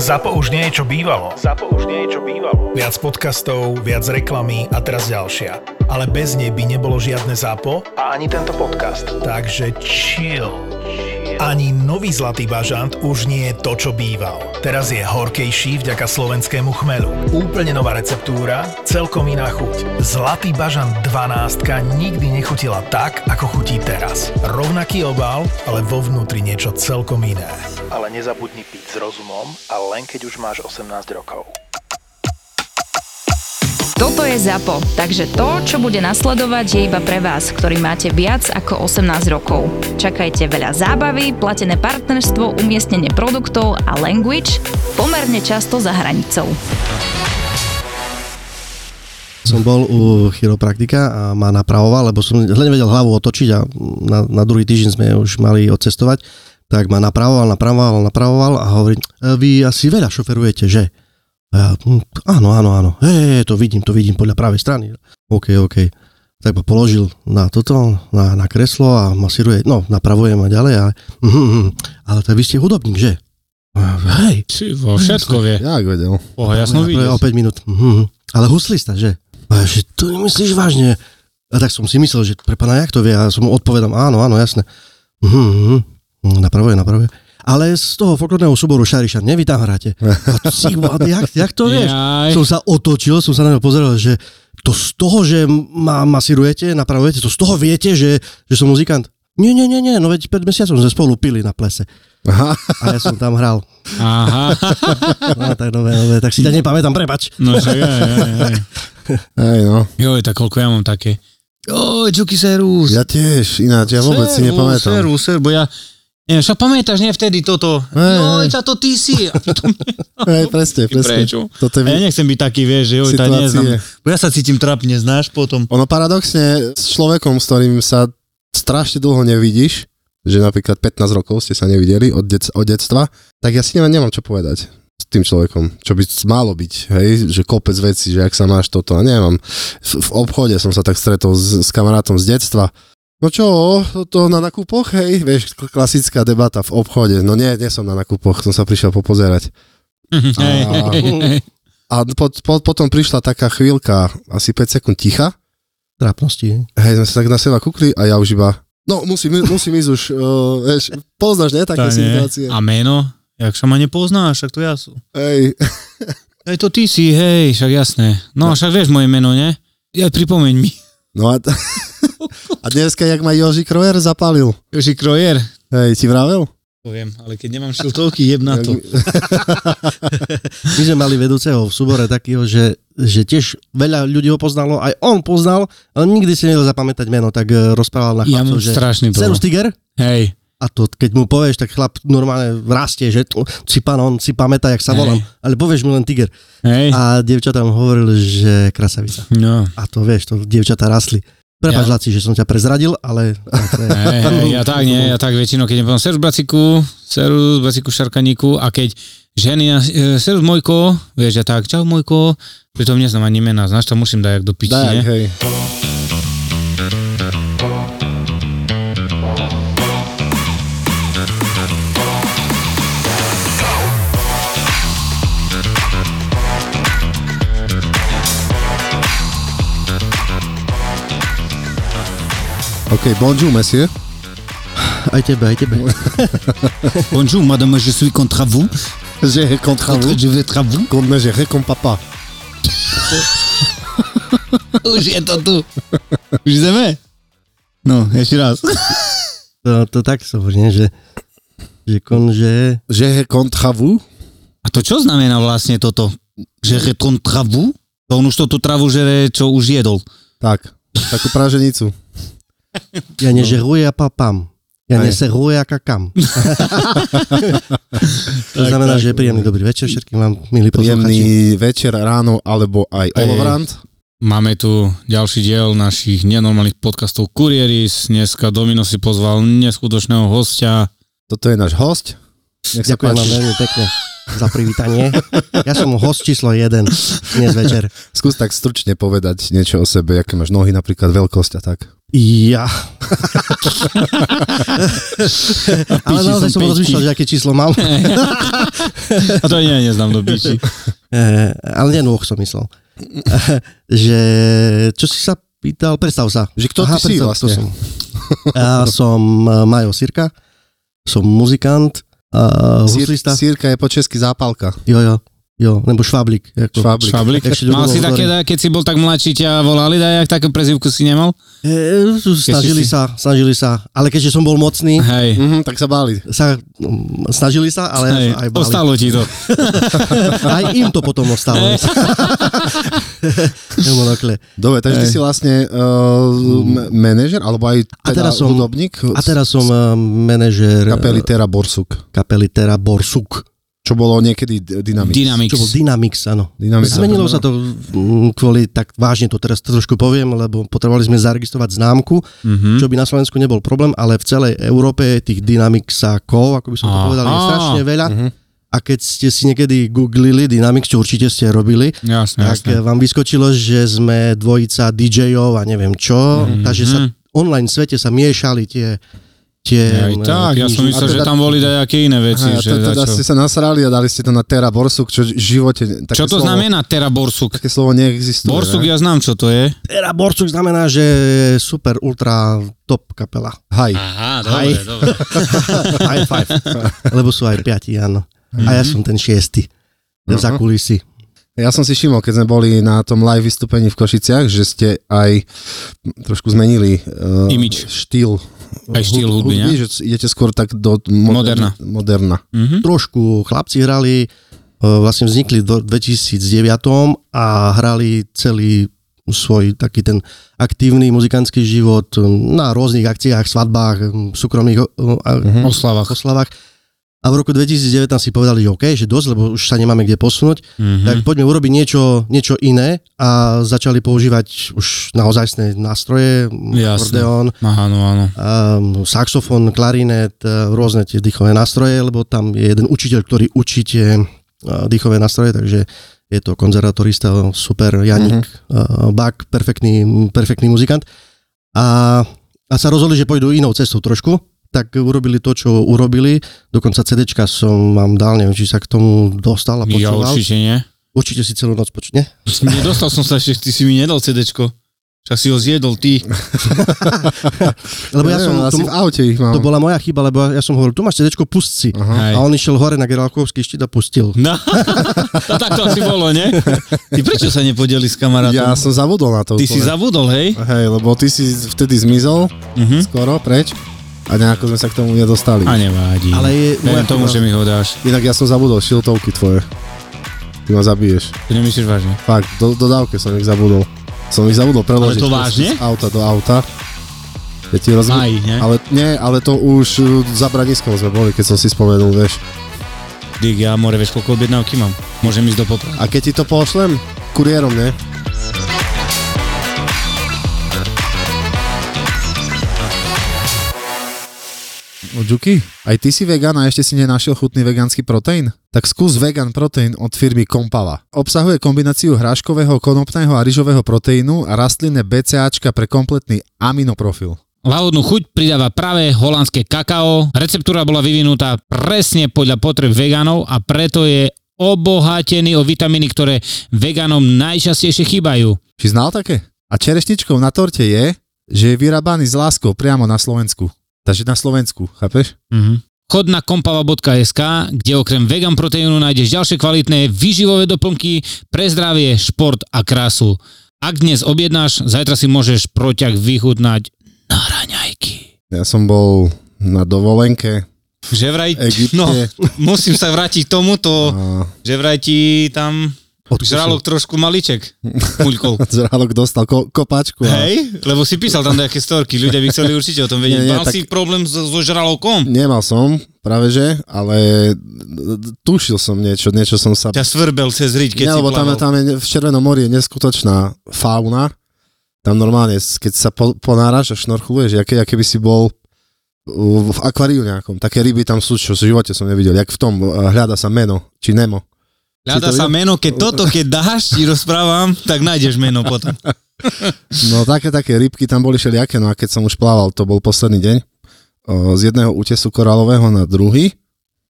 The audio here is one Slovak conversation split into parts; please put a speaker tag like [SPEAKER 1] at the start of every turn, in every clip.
[SPEAKER 1] ZAPO už nie je čo bývalo. ZAPO už nie je čo bývalo. Viac podcastov, viac reklamy a teraz ďalšia. Ale bez nej by nebolo žiadne ZAPO a ani tento podcast. Takže chill. Ani nový zlatý bažant už nie je to, čo býval. Teraz je horkejší vďaka slovenskému chmelu. Úplne nová receptúra, celkom iná chuť. Zlatý bažant 12 nikdy nechutila tak, ako chutí teraz. Rovnaký obal, ale vo vnútri niečo celkom iné. Ale nezabudni piť s rozumom a len keď už máš 18 rokov.
[SPEAKER 2] Toto je ZAPO, takže to, čo bude nasledovať, je iba pre vás, ktorý máte viac ako 18 rokov. Čakajte veľa zábavy, platené partnerstvo, umiestnenie produktov a language pomerne často za hranicou.
[SPEAKER 3] Som bol u chiropraktika a ma napravoval, lebo som zle nevedel hlavu otočiť a na, na druhý týždeň sme už mali odcestovať, tak ma napravoval, napravoval, napravoval a hovorí, "E, vy asi veľa šoferujete, že? A ja, "Hm, áno, áno, áno, hej, hej, to vidím, to vidím podľa pravej strany. OK, OK. Tak ma položil na toto, na, na kreslo a masíruje, no, napravuje ma ďalej a "Mhm, mhm, ale tak vy ste hudobník, že? A ja, Hej,
[SPEAKER 4] Si vo všetko vie.
[SPEAKER 5] Jak vedel?
[SPEAKER 4] Oho, ja som
[SPEAKER 3] Napravil O
[SPEAKER 4] videl.
[SPEAKER 3] 5 minút. Mhm. Ale huslista, že? A ja, že to nemyslíš vážne. A tak som si myslel, že pre pána, jak to vie? A som mu odpovedal, áno, áno, jasné. Mhm, mhm. Napravuje, napravuje. Ale z toho folklórneho súboru Šariša nevy tam hráte. A to si, a ty jak, jak to vieš?
[SPEAKER 4] Jaj.
[SPEAKER 3] Som sa otočil, som sa na neho pozeral, že to z toho, že ma masírujete, napravujete, to z toho viete, že, že som muzikant. Nie, nie, nie, nie, no veď pred mesiacom sme spolu pili na plese.
[SPEAKER 5] Aha.
[SPEAKER 3] A ja som tam hral.
[SPEAKER 4] Aha,
[SPEAKER 3] No, tak, dobre, dobre, tak si ťa nepamätám, prepač.
[SPEAKER 4] no že aj, aj, aj.
[SPEAKER 5] Hej no.
[SPEAKER 4] Joj, tak koľko ja mám také. Joj, Čuky Serus.
[SPEAKER 5] Ja tiež, ináč, ja vôbec si nepamätám.
[SPEAKER 4] Serus, Serus, bo ja... Neviem, však pamätáš, nie vtedy toto. Joj,
[SPEAKER 5] hej.
[SPEAKER 4] za to ty si. A potom-
[SPEAKER 5] Hej, presne, presne.
[SPEAKER 4] Prečo?
[SPEAKER 5] Toto je...
[SPEAKER 4] A ja nechcem byť taký, vieš, že joj, tá
[SPEAKER 5] Situácie.
[SPEAKER 4] neznám. Bo ja sa cítim trapne, znáš, potom.
[SPEAKER 5] Ono paradoxne s človekom, s ktorým sa strašne dlho nevidíš, že napríklad 15 rokov ste sa nevideli od, dec- od detstva, tak ja si nemám, nemám čo povedať s tým človekom, čo by malo byť, hej, že kopec veci, že ak sa máš toto a nemám. V, v obchode som sa tak stretol s, s kamarátom z detstva. No čo, to na nakupoch, hej, vieš, k- klasická debata v obchode. No nie, nie som na nakupoch, som sa prišiel popozerať.
[SPEAKER 4] Hej, hej, hej.
[SPEAKER 5] A po, po, potom prišla taká chvíľka, asi 5 sekúnd ticha,
[SPEAKER 3] Trápnosti.
[SPEAKER 5] Hej, sme sa tak na seba kúkli a ja už iba, no musím, musím ísť už, uh, vieš, poznáš, ne,
[SPEAKER 4] Tá
[SPEAKER 5] také
[SPEAKER 4] nie.
[SPEAKER 5] situácie.
[SPEAKER 4] A meno? Jak sa ma nepoznáš, však to ja som.
[SPEAKER 5] Hej,
[SPEAKER 4] Hej, to ty si, hej, však jasné. No, však vieš moje meno, ne? Ja pripomeň mi.
[SPEAKER 5] no a, a dneska, jak ma Joži Krojer zapálil,
[SPEAKER 4] Joži Krojer.
[SPEAKER 5] hej, ti vravel?
[SPEAKER 4] Poviem, ale keď nemám šiltovky, jeb na to.
[SPEAKER 3] My sme mali vedúceho v súbore takého, že, že tiež veľa ľudí ho poznalo, aj on poznal, ale nikdy si nedal zapamätať meno, tak eh, rozprával na
[SPEAKER 4] Ja
[SPEAKER 3] chlapcov,
[SPEAKER 4] mám
[SPEAKER 3] že
[SPEAKER 4] strašný
[SPEAKER 3] Serus
[SPEAKER 4] problém.
[SPEAKER 3] Tiger?
[SPEAKER 4] Hej,
[SPEAKER 3] A to, keď mu povieš, tak chlap normálne rastie, že to, si pán, on si pamätá, jak sa
[SPEAKER 4] Hej.
[SPEAKER 3] volám, ale povieš mu len Tiger.
[SPEAKER 4] hej.
[SPEAKER 3] A dievčatá mu hovorili, že krasavica.
[SPEAKER 4] No,
[SPEAKER 3] A to vieš, to dievčatá rastli. Prepač,
[SPEAKER 4] Ja.
[SPEAKER 3] Laci, že som ťa prezradil, ale... to je-
[SPEAKER 4] hej, hej, ja tak nie, ja tak väčšinou, keď nepoviem serus braciku, serus braciku šarkaníku a keď ženy, ja, e, serus mojko, vieš, ja tak, čau mojko, pritom neznám ani mena, znáš, to musím dať jak do piči, ne?
[SPEAKER 5] Daj, hej. OK, bonjour, monsieur.
[SPEAKER 3] Aj tebe, aj tebe.
[SPEAKER 4] bah, Bonjour, madame, je suis contre vous,
[SPEAKER 5] J'ai contre vous.
[SPEAKER 4] je vais contre vous.
[SPEAKER 5] Contre moi, j'ai rien comme papa.
[SPEAKER 4] Už je to tu. Už ideme? No, ešte raz.
[SPEAKER 3] To, to tak sa hovorí, nie? že, že konže...
[SPEAKER 5] J'ai contre vous.
[SPEAKER 4] A to čo znamená vlastne toto? Žere kon travu? To on už to tú travu žere, čo už jedol.
[SPEAKER 5] Tak, takú praženicu.
[SPEAKER 3] Ja nežeruję, a papám. Ja
[SPEAKER 5] No. Aj.
[SPEAKER 3] neseruję, a kakám. to znamená, že je príjemný dobrý večer všetkým vám, milí poslucháči.
[SPEAKER 5] Príjemný večer, ráno, alebo aj
[SPEAKER 4] Ej.
[SPEAKER 5] olovrant.
[SPEAKER 4] Máme tu ďalší diel našich nenormálnych podcastov Kurieris. Dneska Domino si pozval neskutočného hostia.
[SPEAKER 5] Toto je náš host. Nech sa
[SPEAKER 3] Ďakujem vám
[SPEAKER 5] páči.
[SPEAKER 3] veľmi pekne za privítanie. Ja som host číslo 1 dnes večer.
[SPEAKER 5] Skús tak stručne povedať niečo o sebe, aké máš nohy, napríklad veľkosť a tak.
[SPEAKER 3] Ja. Ale
[SPEAKER 4] Píči
[SPEAKER 3] naozaj
[SPEAKER 4] som
[SPEAKER 3] som
[SPEAKER 4] pejky.
[SPEAKER 3] rozmýšľal, že aké číslo mám.
[SPEAKER 4] A to ani ja neznám do píči.
[SPEAKER 3] Eh, Ale nie nôh som myslel. že, čo si sa pýtal, predstav sa.
[SPEAKER 5] Že kto ty si
[SPEAKER 3] predstav,
[SPEAKER 5] vlastne?
[SPEAKER 3] kto som. Ja som eh, Majo Sirka, som muzikant, uh,
[SPEAKER 4] No,
[SPEAKER 3] huslista.
[SPEAKER 5] Sírka je po česky zápalka.
[SPEAKER 3] Jo, jo, jo, nebo šváblik. Ako.
[SPEAKER 5] Šváblik.
[SPEAKER 4] Švablik.
[SPEAKER 3] Ešte ľudovo
[SPEAKER 4] Mal si také,
[SPEAKER 3] otvorený.
[SPEAKER 4] keď si bol tak mladší, ťa volali, daj, ak takú prezivku si nemal?
[SPEAKER 3] Eh, snažili
[SPEAKER 4] si-
[SPEAKER 3] sa, snažili sa, ale keďže som bol mocný,
[SPEAKER 4] Hej.
[SPEAKER 5] Mhm, tak sa báli.
[SPEAKER 3] sa, mm, snažili sa, ale
[SPEAKER 4] Hej,
[SPEAKER 3] aj, báli.
[SPEAKER 4] ostalo ti to.
[SPEAKER 3] aj im to potom ostalo. Monokle.
[SPEAKER 5] Dobre, takže ty
[SPEAKER 4] Hej. Mm.
[SPEAKER 5] si vlastne uh, m- manažer, alebo aj teda
[SPEAKER 3] A teraz som-
[SPEAKER 5] hudobník
[SPEAKER 3] A teraz som eh, manažér eh,
[SPEAKER 5] kapely Tera Borsuk,
[SPEAKER 3] kapely Terra Borsuk.
[SPEAKER 5] čo bolo niekedy D- Dynamic.
[SPEAKER 4] Dynamics.
[SPEAKER 3] Čo bol Dynamics, áno.
[SPEAKER 5] Dynamics.
[SPEAKER 3] Zmenilo sa to mm, kvôli, tak vážne to teraz trošku poviem, lebo potrebovali sme zaregistrovať známku,
[SPEAKER 4] Mhm.
[SPEAKER 3] čo by na Slovensku nebol problém, ale v celej Európe je tých Dynamicsákov, ako by som to
[SPEAKER 4] Aha.
[SPEAKER 3] povedal, je strašne veľa. A keď ste si niekedy googlili Dynamics, čo určite ste robili,
[SPEAKER 4] Jasné,
[SPEAKER 3] tak eh,
[SPEAKER 4] jasné.
[SPEAKER 3] vám vyskočilo, že sme dvojica DJ-ov a neviem čo,
[SPEAKER 4] Mhm.
[SPEAKER 3] takže sa v online svete sa miešali tie tie
[SPEAKER 4] Aj
[SPEAKER 3] eh,
[SPEAKER 4] tak, ja som
[SPEAKER 3] knižnice.
[SPEAKER 4] myslel,
[SPEAKER 5] A
[SPEAKER 4] že
[SPEAKER 5] teda-
[SPEAKER 4] tam boli dajaké iné veci.
[SPEAKER 5] Aha,
[SPEAKER 4] že
[SPEAKER 5] to, teda
[SPEAKER 4] dačo.
[SPEAKER 5] ste sa nasrali a dali ste to na Tera Borsuk, čo v živote...
[SPEAKER 4] Čo
[SPEAKER 5] Také
[SPEAKER 4] to
[SPEAKER 5] slovo,
[SPEAKER 4] znamená Tera Borsuk?
[SPEAKER 5] Také slovo neexistuje.
[SPEAKER 4] Borsuk,
[SPEAKER 5] ne?
[SPEAKER 4] ja znám, čo to je.
[SPEAKER 3] Tera Borcuk znamená, že je super, ultra, top kapela.
[SPEAKER 5] Haj.
[SPEAKER 4] Aha,
[SPEAKER 3] dobre, Aj.
[SPEAKER 4] dobre.
[SPEAKER 3] High five. Mhm. Lebo sú aj piati, áno. A ja som ten šiestý. Za kulisy.
[SPEAKER 5] Ja som si všimol, keď sme boli na tom live vystúpení v Košiciach, že ste aj trošku zmenili uh,
[SPEAKER 4] Image.
[SPEAKER 5] štýl,
[SPEAKER 4] Aj štýl
[SPEAKER 5] hud-
[SPEAKER 4] hudby, ne?
[SPEAKER 5] že c- idete skôr tak do
[SPEAKER 4] Moderna.
[SPEAKER 5] moderna. moderna.
[SPEAKER 3] Trošku chlapci hrali, e, vlastne vznikli v 2009 a hrali celý svoj taký ten aktívny muzikantský život e, na rôznych akciách, svadbách, m, súkromných o- o- a-
[SPEAKER 4] Oslavách.
[SPEAKER 3] oslavách. A v roku 2019 si povedali, že OK, že dosť, lebo už sa nemáme kde posunúť,
[SPEAKER 4] Mhm.
[SPEAKER 3] tak poďme urobiť niečo, niečo iné a začali používať už naozajstné nástroje,
[SPEAKER 4] Jasné.
[SPEAKER 3] akordeón,
[SPEAKER 4] Aha, no áno.
[SPEAKER 3] um, saxofón, klarinet, eh, rôzne tie dýchové nástroje, lebo tam je jeden učiteľ, ktorý učí tie eh, dýchové nástroje, takže je to konzervatorista, super Janik mm-hmm. Bak, perfektný, perfektný muzikant. A, a sa rozhodli, že pôjdu inou cestou trošku, tak urobili to, čo urobili. Dokonca CDčka som vám dal, neviem, či sa k tomu dostal a
[SPEAKER 4] Ja
[SPEAKER 3] počúval.
[SPEAKER 4] určite nie.
[SPEAKER 3] určite si celú noc počne.
[SPEAKER 4] Nedostal som sa, ešte, ty si mi nedal CDčko. Však si ho zjedol ty.
[SPEAKER 3] Lebo ja, som,
[SPEAKER 5] neviem, asi No.
[SPEAKER 3] to,
[SPEAKER 5] v aute ich mám.
[SPEAKER 3] to bola moja chyba, lebo ja som hovoril, tu máš CDčko, pust si.
[SPEAKER 4] Hej.
[SPEAKER 3] A on išiel hore na Geralkovský štít a pustil.
[SPEAKER 4] No, to tak to asi bolo, ne? Ty prečo sa nepodeli s kamarátom?
[SPEAKER 5] Ja som zabudol na to.
[SPEAKER 4] Ty si
[SPEAKER 5] úplne.
[SPEAKER 4] zabudol, hej?
[SPEAKER 5] Hej, lebo ty si vtedy zmizol
[SPEAKER 4] Mhm.
[SPEAKER 5] skoro preč a nejako sme sa k tomu nedostali.
[SPEAKER 4] A nevadí.
[SPEAKER 3] Ale je moja
[SPEAKER 4] Verím tomu,
[SPEAKER 3] chyba.
[SPEAKER 4] že mi ho dáš.
[SPEAKER 5] Inak ja som zabudol šiltovky tvoje. Ty ma zabiješ.
[SPEAKER 4] To nemyslíš vážne?
[SPEAKER 5] Fakt, do, dodávke som ich zabudol. Som ich zabudol
[SPEAKER 4] Ale to
[SPEAKER 5] preložiť. proste
[SPEAKER 4] vážne?
[SPEAKER 5] Z auta do auta. Ja ti rozumiem.
[SPEAKER 4] Aj, ne?
[SPEAKER 5] Ale nie, ale to už uh, za Braniskom sme boli, keď som si spomenul, vieš.
[SPEAKER 4] Dík, ja more, vieš, koľko objednávky mám? Môžem ísť do popradu.
[SPEAKER 5] A keď ti to pošlem, kuriérom, ne? Oďuky, No, aj ty si vegan a ešte si nenašiel chutný vegánsky proteín? Tak skús vegan proteín od firmy Kompava. Obsahuje kombináciu hráškového, konopného a ryžového proteínu a rastlinné BCAčka pre kompletný aminoprofil.
[SPEAKER 4] Lahodnú chuť pridáva práve holandské kakao. Receptúra bola vyvinutá presne podľa potreb vegánov a preto je obohatený o vitamíny, ktoré vegánom najčastejšie chýbajú.
[SPEAKER 5] Či znal také? A čerešničkou na torte je, že je vyrábaný s láskou priamo na Slovensku. Takže na Slovensku, chápeš?
[SPEAKER 4] Mhm. Chod na kompava.sk, kde okrem vegan proteínu nájdeš ďalšie kvalitné výživové doplnky pre zdravie, šport a krásu. Ak dnes objednáš, zajtra si môžeš proťah vychutnať na raňajky.
[SPEAKER 5] Ja som bol na dovolenke
[SPEAKER 4] Že vraj,
[SPEAKER 5] v Egypte. No.
[SPEAKER 4] no, musím sa vrátiť k tomuto,
[SPEAKER 5] A
[SPEAKER 4] že vraj ti tam žralok trošku maliček muľkol.
[SPEAKER 5] zrálok dostal ko- kopačku. A...
[SPEAKER 4] Hej, lebo si písal tam nejaké storky, ľudia by chceli určite o tom vedieť.
[SPEAKER 5] Nie, nie,
[SPEAKER 4] Mal
[SPEAKER 5] tak-
[SPEAKER 4] si problém so, so žralokom?
[SPEAKER 5] Nemal som, práve že, ale d- d- tušil som niečo, niečo som sa...
[SPEAKER 4] Ťa svrbel cez riť, keď
[SPEAKER 5] Nie,
[SPEAKER 4] si
[SPEAKER 5] lebo tam,
[SPEAKER 4] plaval.
[SPEAKER 5] tam je, v Červenom mori je neskutočná fauna. Tam normálne, s- keď sa po, ponáraš a šnorchluješ, aké, aké by si bol uh, v akváriu nejakom. Také ryby tam sú, čo v živote som nevidel. Jak v tom uh, hľada sa meno, či Nemo.
[SPEAKER 4] Hľada
[SPEAKER 5] Si to
[SPEAKER 4] sa
[SPEAKER 5] videl?
[SPEAKER 4] meno, keď toto, keď dáš, ti rozprávam, tak nájdeš meno potom.
[SPEAKER 5] No také, také rybky tam boli všelijaké, no a keď som už plával, to bol posledný deň, o, z jedného útesu koralového na druhý,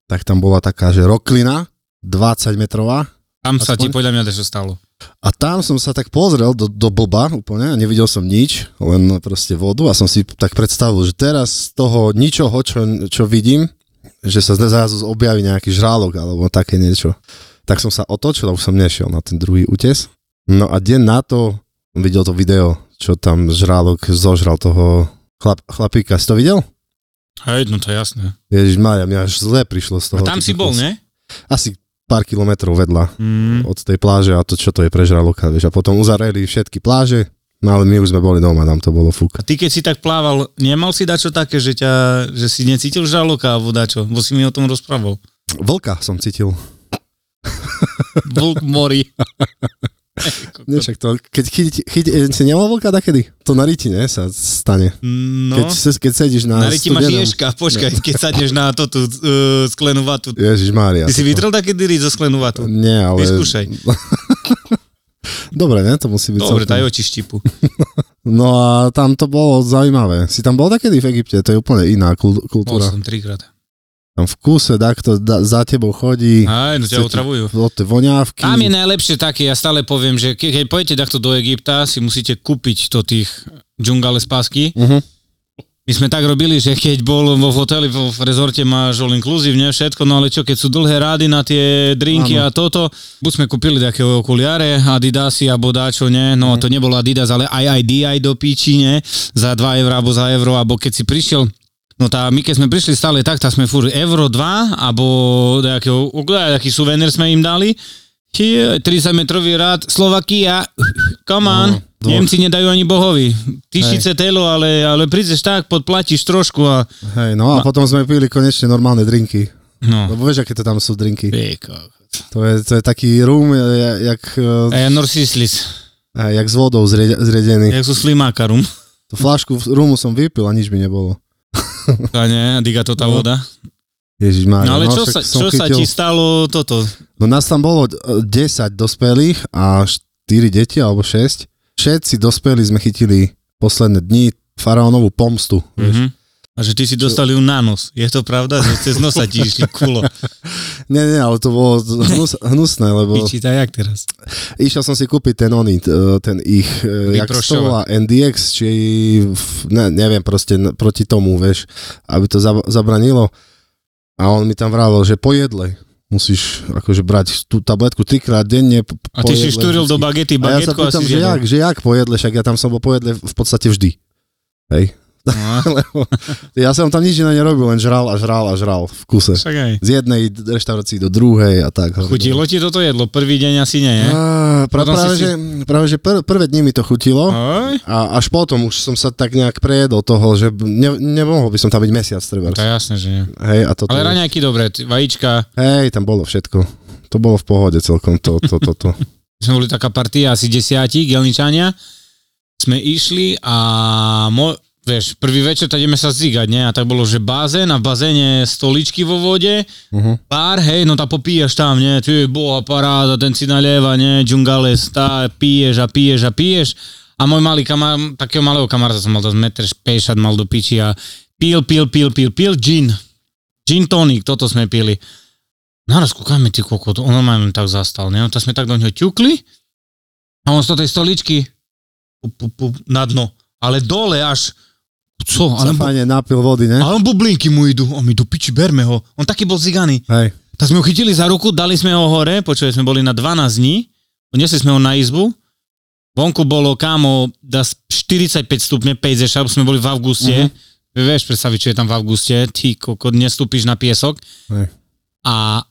[SPEAKER 5] tak tam bola taká, že roklina, 20 metrová,
[SPEAKER 4] Tam sa
[SPEAKER 5] Aspoň?
[SPEAKER 4] ti podľa mňa dačo stalo.
[SPEAKER 5] a tam som sa tak pozrel do, do blba úplne, a nevidel som nič, len proste vodu a som si tak predstavil, že teraz z toho ničoho, čo, čo vidím, že sa zrazu objaví nejaký žralok alebo také niečo. Tak som sa otočil a už som nešiel na ten druhý útes. No a deň na to som videl to video, čo tam žralok zožral toho chlap, chlapíka. Si to videl?
[SPEAKER 4] Hej, no to je jasné.
[SPEAKER 5] Ježiš Maria, mňa až zle prišlo z
[SPEAKER 4] A
[SPEAKER 5] toho.
[SPEAKER 4] tam si bol, ne?
[SPEAKER 5] Asi pár kilometrov vedľa
[SPEAKER 4] Mm.
[SPEAKER 5] od tej pláže a to, čo to je pre žraloka, vieš. A potom uzareli všetky pláže, no ale my už sme boli doma, nám to
[SPEAKER 4] A
[SPEAKER 5] bolo fúk.
[SPEAKER 4] ty keď si tak plával, nemal si dačo také, že, ťa, že si necítil žraloka alebo dačo? Bo si mi o tom rozprával.
[SPEAKER 5] Vlka som cítil.
[SPEAKER 4] Vlk mori.
[SPEAKER 5] Nie, však to, keď chyť, chyť, e, si nemal vlka takedy? To na riti, ne, sa stane.
[SPEAKER 4] No,
[SPEAKER 5] Keď,
[SPEAKER 4] keď
[SPEAKER 5] se- keď sedíš na
[SPEAKER 4] na ryti máš
[SPEAKER 5] studenom-
[SPEAKER 4] ješka, počkaj, keď sadneš na to tú uh, sklenú vatu.
[SPEAKER 5] Ježiš Mária.
[SPEAKER 4] Ty si
[SPEAKER 5] toto-
[SPEAKER 4] vytrel také dyry zo sklenú vatu?
[SPEAKER 5] Nie, ale...
[SPEAKER 4] Vyskúšaj.
[SPEAKER 5] Dobre, ne, to musí byť
[SPEAKER 4] Dobre,
[SPEAKER 5] celkom-
[SPEAKER 4] daj oči štipu.
[SPEAKER 5] No a tam to bolo zaujímavé. Si tam bol takedy v Egypte? To je úplne iná kul-
[SPEAKER 4] Bol
[SPEAKER 5] kultúra.
[SPEAKER 4] som trikrát.
[SPEAKER 5] Tam v kúse, tak to da, za tebou chodí.
[SPEAKER 4] Aj, no ťa
[SPEAKER 5] Chce ti-
[SPEAKER 4] otravujú.
[SPEAKER 5] Bolo to voňávky.
[SPEAKER 4] Tam je najlepšie také, ja stále poviem, že ke- keď pojete takto do Egypta, si musíte kúpiť to tých džungale spásky.
[SPEAKER 5] Mhm.
[SPEAKER 4] My sme tak robili, že keď bol vo hoteli, vo v rezorte máš all inclusive, ne, všetko, no ale čo, keď sú dlhé rády na tie drinky a toto, buď sme kúpili také okuliare, Adidasy alebo dáčo, ne, no to nebolo Adidas, ale aj ID aj do píči, ne, za 2 eurá alebo za euro, alebo keď si prišiel No tá, my keď sme prišli stále tak, tak sme furt euro 2, alebo nejaký, nejaký suvenír sme im dali. Tie 30 metrový rád, Slovakia, come on,
[SPEAKER 5] No, dvoch.
[SPEAKER 4] Nemci nedajú ani bohovi. Tisíce telo, ale, ale prídeš tak, podplatíš trošku a
[SPEAKER 5] Hej, no a potom sme pili konečne normálne drinky.
[SPEAKER 4] no.
[SPEAKER 5] Lebo vieš, aké to tam sú drinky.
[SPEAKER 4] Píko.
[SPEAKER 5] To je, to je taký rum, e, jak,
[SPEAKER 4] E,
[SPEAKER 5] e,
[SPEAKER 4] Norsislis,
[SPEAKER 5] e, jak s vodou zrie- zriedený.
[SPEAKER 4] jak sú slimákarum.
[SPEAKER 5] Tú flášku rumu som vypil a nič mi nebolo.
[SPEAKER 4] A ne, diga to tá
[SPEAKER 5] No.
[SPEAKER 4] voda.
[SPEAKER 5] Ježiš Mária,
[SPEAKER 4] No ale čo,
[SPEAKER 5] však
[SPEAKER 4] sa,
[SPEAKER 5] som
[SPEAKER 4] čo sa ti stalo toto?
[SPEAKER 5] No nás tam bolo e, 10 dospelých a 4 deti alebo 6. Všetci dospelí sme chytili posledné dni faraónovú pomstu. Vieš.
[SPEAKER 4] Mhm. A že ty si dostali ju na nos. Je to pravda, že cez nosa ti išli kulo?
[SPEAKER 5] Nie, nie, ale to bolo hnus, hnusné, lebo...
[SPEAKER 4] Piči, tak jak teraz?
[SPEAKER 5] Išiel som si kúpiť ten oný, t- ten ich, e, jak
[SPEAKER 4] Vyprošťova.
[SPEAKER 5] to volá, NDX, či v- ne, neviem, proste n- proti tomu, vieš, aby to zab- zabranilo. A on mi tam vravel, že po jedle musíš akože brať tú tabletku trikrát denne. p-
[SPEAKER 4] A
[SPEAKER 5] po
[SPEAKER 4] ty si
[SPEAKER 5] jedle
[SPEAKER 4] štúril
[SPEAKER 5] vždycky.
[SPEAKER 4] do bagety,
[SPEAKER 5] A ja sa
[SPEAKER 4] bagetku
[SPEAKER 5] pýtam,
[SPEAKER 4] si
[SPEAKER 5] že
[SPEAKER 4] zjedol.
[SPEAKER 5] jak, že jak po jedle, však ja tam som bol po jedle v podstate vždy. Hej.
[SPEAKER 4] No,
[SPEAKER 5] Lebo ja som tam nič iné nerobil, len žral a žral a žral v kuse.
[SPEAKER 4] však aj.
[SPEAKER 5] Z jednej reštaurácii do druhej a tak.
[SPEAKER 4] Chutilo ti toto jedlo? Prvý deň asi nie, je?
[SPEAKER 5] Á, pra,
[SPEAKER 4] Potom si
[SPEAKER 5] práve,
[SPEAKER 4] si-
[SPEAKER 5] že, práve, že pr- prvé dni mi to chutilo
[SPEAKER 4] Oj,
[SPEAKER 5] a až potom už som sa tak nejak prejedol toho, že ne, nemohol by som tam byť mesiac treba.
[SPEAKER 4] to je jasné, že nie.
[SPEAKER 5] Hej, a toto,
[SPEAKER 4] Ale raňajky dobre, t- vajíčka,
[SPEAKER 5] hej, tam bolo všetko. To bolo v pohode celkom, to, to, to, to.
[SPEAKER 4] sme boli taká partia asi desiatí, gelničania, sme išli a mo, vieš, prvý večer tak ideme sa zigať, ne? A tak bolo, že bazén a v bazéne stoličky vo vode,
[SPEAKER 5] Uh-huh.
[SPEAKER 4] pár, hej, no tá popíjaš tam, nie? Ty je boha paráda, ten si nalieva, nie? Džungale, stá, piješ a piješ a piješ. A môj malý kamar, takého malého kamaráta som mal, to 1,50 m mal do piči a pil, pil, pil, pil, pil, gin. Gin tonic, toto sme pili. Naraz kúkame, ty kokot, on ma len tak zastal, ne? To sme tak do neho ťukli a on z tej stoličky pu, pu, pu, na dno. Ale dole až, co?
[SPEAKER 5] Ale
[SPEAKER 4] Ale,
[SPEAKER 5] fajne napil vody, ne?
[SPEAKER 4] ale bublinky mu idú. A my do piči, berme ho. On taký bol ziganý.
[SPEAKER 5] Hej.
[SPEAKER 4] Tak sme ho chytili za ruku, dali sme ho hore, počuli sme boli na 12 dní, odnesli sme ho na izbu, vonku bolo kámo da s- 45 stupne, 50, šalb, sme boli v auguste, mm-hmm. vieš predstaviť, čo je tam v auguste, ty kokot, nestúpiš na piesok.
[SPEAKER 5] Hej.
[SPEAKER 4] A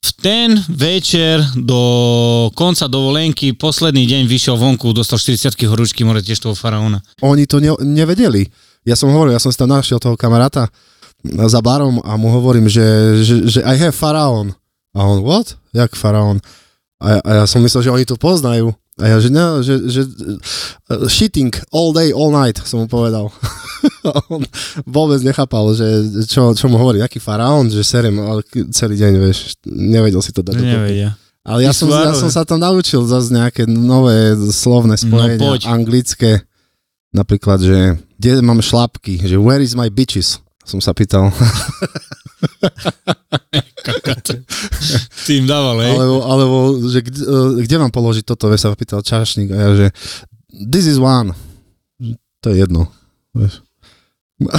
[SPEAKER 4] v ten večer do konca dovolenky, posledný deň vyšiel vonku, dostal 40 horúčky, more tiež toho faraóna.
[SPEAKER 5] Oni to ne, nevedeli. Ja som hovoril, ja som si tam našiel toho kamaráta za barom a mu hovorím, že, že, že I have faraón. A on, what? Jak faraón? A, ja- a ja som myslel, že oni to poznajú. A ja, že, ne, že, že eh, shitting all day, all night, som mu povedal. A on vôbec nechápal, že čo, čo mu hovorí, aký faraón, že serem ale k- celý deň, vieš, nevedel si to dať. dokopy.
[SPEAKER 4] Nevedia.
[SPEAKER 5] Ale ja
[SPEAKER 4] Ty
[SPEAKER 5] som, ja
[SPEAKER 4] Suárez.
[SPEAKER 5] som sa tam naučil zase nejaké nové slovné spojenia
[SPEAKER 4] No, poď.
[SPEAKER 5] anglické. Napríklad, že kde mám šlapky, že where is my bitches? Som sa pýtal.
[SPEAKER 4] Ty im dával, hej?
[SPEAKER 5] Alebo, alebo že kde, eh, kde mám položiť toto? Vieš, sa pýtal čašník a ja, že this is one. To je jedno. Vieš.
[SPEAKER 3] No.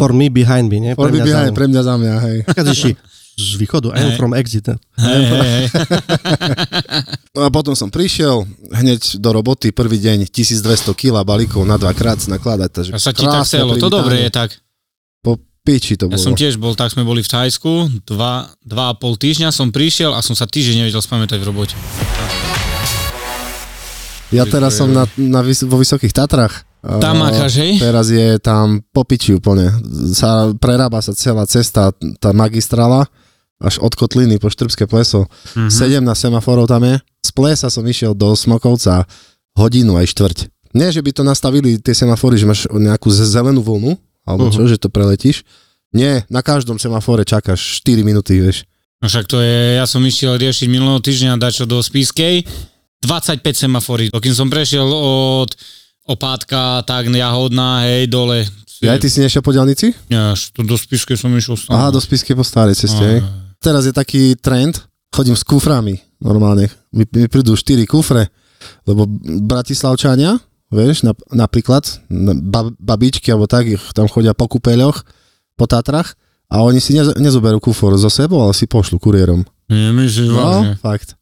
[SPEAKER 3] For me, behind me, nie?
[SPEAKER 5] Pre mňa,
[SPEAKER 3] za
[SPEAKER 5] behind,
[SPEAKER 3] mnou.
[SPEAKER 5] pre mňa za mňa, hej.
[SPEAKER 3] Prichádzaš z východu, I'm
[SPEAKER 4] Hej.
[SPEAKER 3] from exit. ne?
[SPEAKER 4] hej, hej, hej.
[SPEAKER 5] No a potom som prišiel hneď do roboty, prvý deň 1200 kg balíkov na dvakrát nakladať. Takže
[SPEAKER 4] A sa ti tak
[SPEAKER 5] krásne
[SPEAKER 4] chcelo. To
[SPEAKER 5] privítanie.
[SPEAKER 4] dobre je tak.
[SPEAKER 5] Po piči to
[SPEAKER 4] Ja
[SPEAKER 5] bolo.
[SPEAKER 4] som tiež bol, tak sme boli v Thajsku, dva, dva a pol týždňa som prišiel a som sa týždeň nevedel spamätať v robote.
[SPEAKER 5] Ja teraz som na, na vys- vo Vysokých Tatrach.
[SPEAKER 4] Tam makáš, hej?
[SPEAKER 5] Teraz je tam po piči úplne. Sa, prerába sa celá cesta, tá magistrala, až od Kotliny po Štrbské pleso.
[SPEAKER 4] Mhm.
[SPEAKER 5] Mm-hmm. 17 semaforov tam je. Z plesa som išiel do Smokovca hodinu aj štvrť. Nie, že by to nastavili tie semafory, že máš nejakú z- zelenú vlnu,
[SPEAKER 4] Mhm.
[SPEAKER 5] alebo uh-huh. čo, že to preletíš. Nie, na každom semafore čakáš 4 minúty, vieš.
[SPEAKER 4] No však to je, ja som išiel riešiť minulého týždňa dačo do Spískej, 25 semaforí, dokým som prešiel od opátka, tak jahodná, hej, dole.
[SPEAKER 5] Ja, aj ty si nešiel po diálnici?
[SPEAKER 4] Ja, až tu do Spískej som išiel stále.
[SPEAKER 5] Aha, do spisky po starej ceste, hej. teraz je taký trend, chodím s kuframi normálne. Mi, mi prídu 4 kufre, lebo bratislavčania, vieš, na, napríklad, na, bab, babičky alebo tak, ich tam chodia po kúpeľoch, po Tatrach a oni si nez, nezoberú kufor zo sebou, ale si pošlu kuriérom.
[SPEAKER 4] Nemyslíš no. vážne.
[SPEAKER 5] fakt.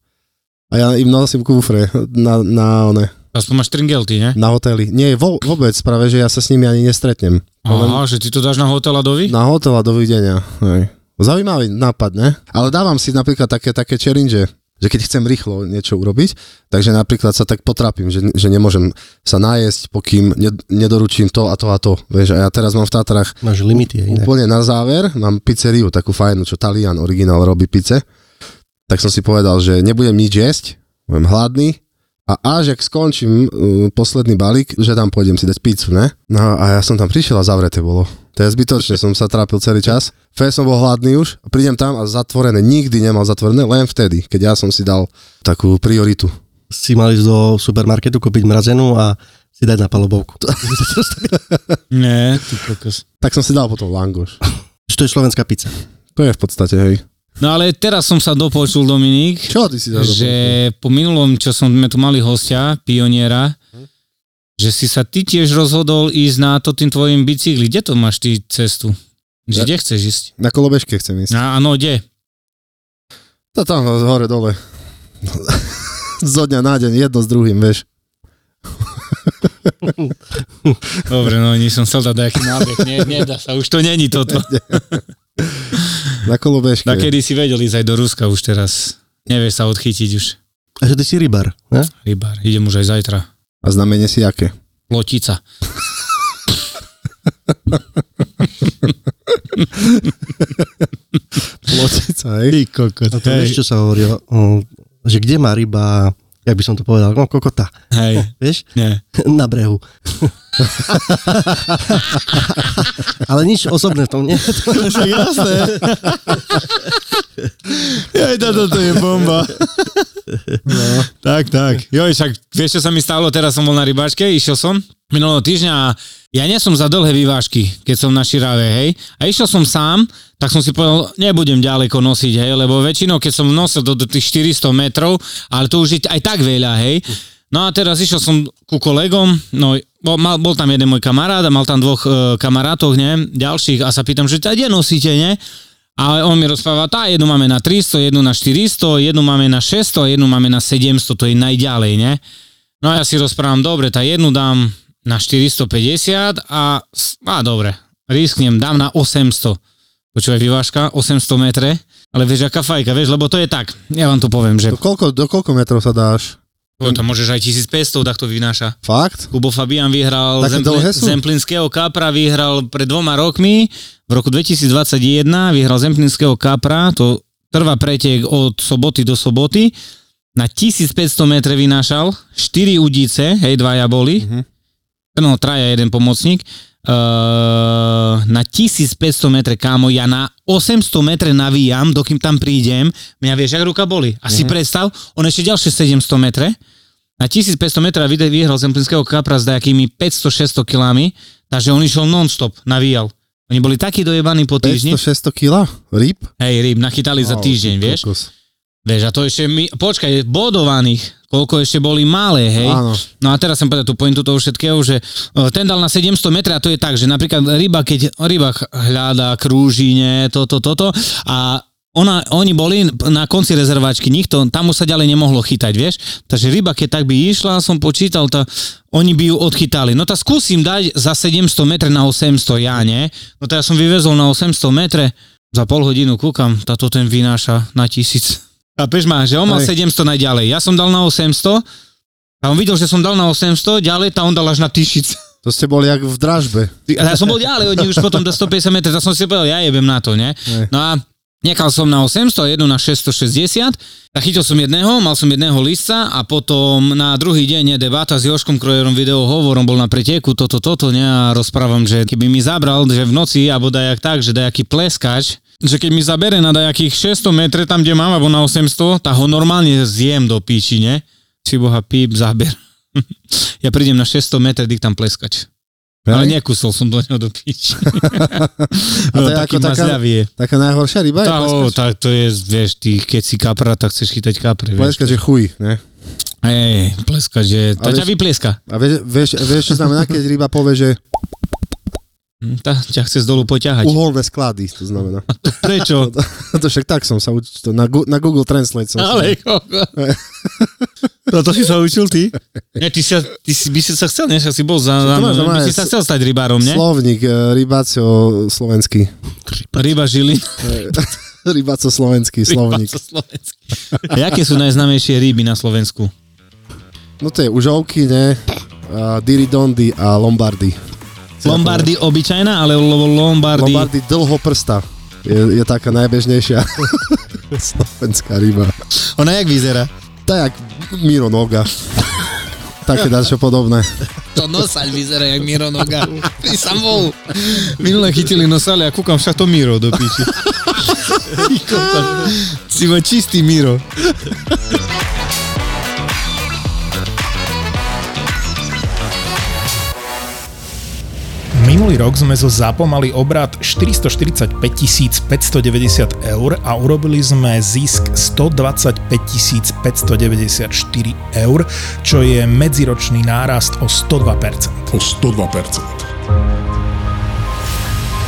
[SPEAKER 5] A ja im nosím kufre na, na, one,
[SPEAKER 4] Aspoň máš tringel ty, ne?
[SPEAKER 5] na hoteli. Nie, vo, vôbec, práve, že ja sa s nimi ani nestretnem.
[SPEAKER 4] Aha, že ty to dáš na hotel a dovi?
[SPEAKER 5] Na hotel a dovidenia. Hej. Zaujímavý nápad, ne? Ale dávam si napríklad také, také challenge, že keď chcem rýchlo niečo urobiť, takže napríklad sa tak potrapím, že, že nemôžem sa nájsť, pokým ned- nedoručím to a to a to. Vieš, a ja teraz mám v Tatrach
[SPEAKER 3] Máš limity aj inak.
[SPEAKER 5] úplne na záver, mám pizzeriu, takú fajnú, čo Talian originál robí pice. Tak som si povedal, že nebudem nič jesť, budem hladný a až ak skončím uh, posledný balík, že tam pôjdem si dať pizzu, ne? No a ja som tam prišiel a zavreté bolo. To je zbytočne, som sa trápil celý čas. Fé som bol hladný už, a prídem tam a zatvorené, nikdy nemal zatvorené, len vtedy, keď ja som si dal takú prioritu.
[SPEAKER 3] Si mali ísť do supermarketu kúpiť mrazenú a si dať na palobovku.
[SPEAKER 4] Ne, ty kokos.
[SPEAKER 5] Tak som si dal potom langoš.
[SPEAKER 3] Čo to je slovenská pizza?
[SPEAKER 5] To je v podstate, hej.
[SPEAKER 4] No ale teraz som sa dopočul, Dominik,
[SPEAKER 5] Čo ty si dal?
[SPEAKER 4] že po minulom, čo sme tu mali hostia, pioniera, že si sa ty tiež rozhodol ísť na to tým tvojim bicykli. Kde to máš ty cestu? Že
[SPEAKER 5] Ja-
[SPEAKER 4] kde chceš ísť?
[SPEAKER 5] Na kolobežke chcem ísť.
[SPEAKER 4] A, áno, kde?
[SPEAKER 5] To tam hore dole. Zo dňa na deň, jedno s druhým, vieš.
[SPEAKER 4] Dobre, no nie som chcel dať nejaký nábeh. Nie, nedá sa, už to není toto.
[SPEAKER 5] Na kolobežke.
[SPEAKER 4] Da kedy si vedel ísť aj do Ruska už teraz. Nevieš sa odchytiť už.
[SPEAKER 3] A že ty si rybár, ne?
[SPEAKER 4] Rybár, idem už aj zajtra.
[SPEAKER 5] A znamenie si aké?
[SPEAKER 4] Lotica.
[SPEAKER 5] Lotica, hej?
[SPEAKER 4] Ty kokot.
[SPEAKER 3] A to vieš, čo sa hovorí, o- o- že kde má ryba, jak by som to povedal, no kokota,
[SPEAKER 4] Hej,
[SPEAKER 3] vieš,
[SPEAKER 4] nie.
[SPEAKER 3] na brehu. Ale nič osobné v tom nie.
[SPEAKER 5] Však jasné.
[SPEAKER 4] Joj, toto to je bomba. No. Tak, tak. Joj, však vieš, čo sa mi stalo? Teraz som bol na rybačke, išiel som minulého týždňa a ja nie som za dlhé vyvážky, keď som na Širave, hej. A išiel som sám, tak som si povedal, nebudem ďaleko nosiť, hej, lebo väčšinou, keď som nosil do, do tých 400 metrov, ale to už je aj tak veľa, hej. No a teraz išiel som ku kolegom, no bol, mal, bol tam jeden môj kamarát a mal tam dvoch e, kamarátov, ne, ďalších a sa pýtam, že teda kde nosíte, ne? A on mi rozpráva, tá jednu máme na 300, jednu na 400, jednu máme na 600, jednu máme na 700, to je najďalej, ne? No a ja si rozprávam, dobre, tá jednu dám na 450 a, s- a dobre, risknem, dám na 800. Počúvaj, vyvážka, 800 metre, ale vieš, aká fajka, vieš, lebo to je tak, ja vám to poviem, že
[SPEAKER 5] Do koľko, do koľko metrov sa dáš?
[SPEAKER 4] to tam môžeš aj 1500, tak to vynáša.
[SPEAKER 5] Fakt?
[SPEAKER 4] Kubo Fabian vyhral
[SPEAKER 5] Také
[SPEAKER 4] Zempli-
[SPEAKER 5] dlhé sú?
[SPEAKER 4] Zemplinského kapra, vyhral pred dvoma rokmi, v roku 2021 vyhral Zemplinského kapra, to trvá pretek od soboty do soboty, na 1500 metre
[SPEAKER 5] Mhm.
[SPEAKER 4] vynášal, 4 udice, hej, dvaja boli, no traja, jeden pomocník, Uh, na 1500 metre, kámo, ja na 800 metre navíjam, dokým tam prídem, mňa vieš, jak ruka boli. A
[SPEAKER 5] Mhm.
[SPEAKER 4] si predstav, on ešte ďalšie 700 metre, na 1500 metra vyde- vyhral Zemplínskeho kapra s nejakými 500-600 kilami, takže on išiel non-stop, navíjal. Oni boli takí dojebaní po týždni.
[SPEAKER 5] 500-600 kg? Rýb?
[SPEAKER 4] Hej, ryb, nachytali za
[SPEAKER 5] Wow,
[SPEAKER 4] týždeň,
[SPEAKER 5] ty
[SPEAKER 4] vieš.
[SPEAKER 5] kokos.
[SPEAKER 4] Vieš, a to ešte my, počkaj, bodovaných, koľko ešte boli malé, hej.
[SPEAKER 5] Áno.
[SPEAKER 4] No a teraz som povedal tú pointu toho všetkého, že e, ten dal na 700 metra a to je tak, že napríklad ryba, keď ryba ch- hľadá krúžine, toto, toto a ona, oni boli na konci rezerváčky, nikto, tam už sa ďalej nemohlo chytať, vieš? Takže ryba, keď tak by išla, som počítal, to, oni by ju odchytali. No tak skúsim dať za 700 metre na 800, ja nie. No teraz som vyvezol na 800 metre, za pol hodinu kúkam, táto ten vynáša na tisíc. A ma, že on mal
[SPEAKER 5] Aj.
[SPEAKER 4] 700 najďalej, ja som dal na 800, a on videl, že som dal na 800, ďalej tá on dal až na 1000.
[SPEAKER 5] To ste boli jak v dražbe.
[SPEAKER 4] A ja som bol ďalej od nich už potom do 150 metrov, tak som si povedal, ja jebem na to, ne?
[SPEAKER 5] Ne.
[SPEAKER 4] No a nechal som na 800 a jednu na 660, tak chytil som jedného, mal som jedného lista a potom na druhý deň je debata s Joškom Krojerom, video hovor, on bol na preteku, toto, toto, ne? A rozprávam, že keby mi zabral, že v noci, alebo dajak tak, že dajaký pleskač, že keď mi zabere na dajakých 600 metre tam, kde mám, alebo na 800, tak ho normálne zjem do píči, ne? Si boha píp, záber. ja prídem na 600 metre, dik tam pleskač. Ale nekusol som do neho do piči.
[SPEAKER 5] A to
[SPEAKER 4] no,
[SPEAKER 5] je
[SPEAKER 4] taký
[SPEAKER 5] ako
[SPEAKER 4] ma
[SPEAKER 5] taká-
[SPEAKER 4] zľavie.
[SPEAKER 5] Taká najhoršia ryba je
[SPEAKER 4] Tá, o,
[SPEAKER 5] pleskač.
[SPEAKER 4] tak to je, vieš, ty, keď si kapra, tak chceš chytať kapre, vieš.
[SPEAKER 5] Pleskač je chuj, ne?
[SPEAKER 4] Ej, pleska, že... To
[SPEAKER 5] Ale-
[SPEAKER 4] ťa vyplieska.
[SPEAKER 5] A vieš, vieš, vieš, čo znamená, keď ryba povie, že
[SPEAKER 4] Hm, Tá, ťa chce z dolu poťahať.
[SPEAKER 5] uholné sklady, to znamená.
[SPEAKER 4] Prečo?
[SPEAKER 5] to však tak som sa uč... to na, Gu- na Google Translate som sa-
[SPEAKER 4] Ale Toto si sa učil ty? Nie, ty, sa, ty si, by si sa chcel, nie? Však si bol za... za
[SPEAKER 5] To máš, to
[SPEAKER 4] by
[SPEAKER 5] máš.
[SPEAKER 4] si sa chcel stať rybárom, nie?
[SPEAKER 5] Slovník, e, rybácio slovenský.
[SPEAKER 4] Ryba žili.
[SPEAKER 5] rybácio slovenský, slovník.
[SPEAKER 4] Jaké sú najznámejšie ryby na Slovensku?
[SPEAKER 5] No to je užovky, ne? A Diridondy a Lombardy.
[SPEAKER 4] Lombardy obyčajná, ale lo- Teda Lombardy...
[SPEAKER 5] Lombardy dlho prsta. Je, je taká najbežnejšia slovenská ryba.
[SPEAKER 4] Ona jak vyzerá?
[SPEAKER 5] Tak jak Miro Noga. Také dačo podobné.
[SPEAKER 4] To nosaľ vyzerá jak Miro Noga. Ty sam bol. Minule chytili nosaľ a kúkam však to Miro do piči. Ty kokot. si ma čistý Miro.
[SPEAKER 1] Minulý rok sme zo ZAPO mali obrat 445 590 eur a urobili sme zisk 125 594 eur, čo je medziročný nárast o
[SPEAKER 6] o
[SPEAKER 1] 102%.
[SPEAKER 6] 102%.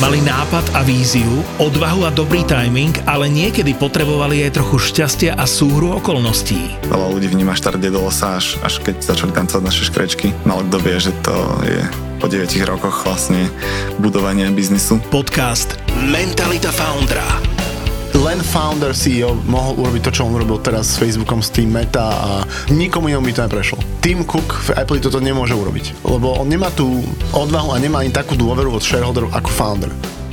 [SPEAKER 1] Mali nápad a víziu, odvahu a dobrý timing, ale niekedy potrebovali aj trochu šťastia a súhru okolností.
[SPEAKER 7] Veľa ľudí vníma štart Dead Osage, až keď začali tancovať naše škrečky. Malo kto vie, že to je po 9 rokoch vlastne budovania biznisu.
[SPEAKER 1] Podcast Mentalita Foundra.
[SPEAKER 8] len founder CEO mohol urobiť to, čo on urobil teraz s Facebookom, s tým Meta a nikomu inému by to neprešlo. Tim Cook v Apple toto nemôže urobiť, lebo on nemá tú odvahu a nemá ani takú dôveru od shareholderov ako founder.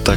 [SPEAKER 9] To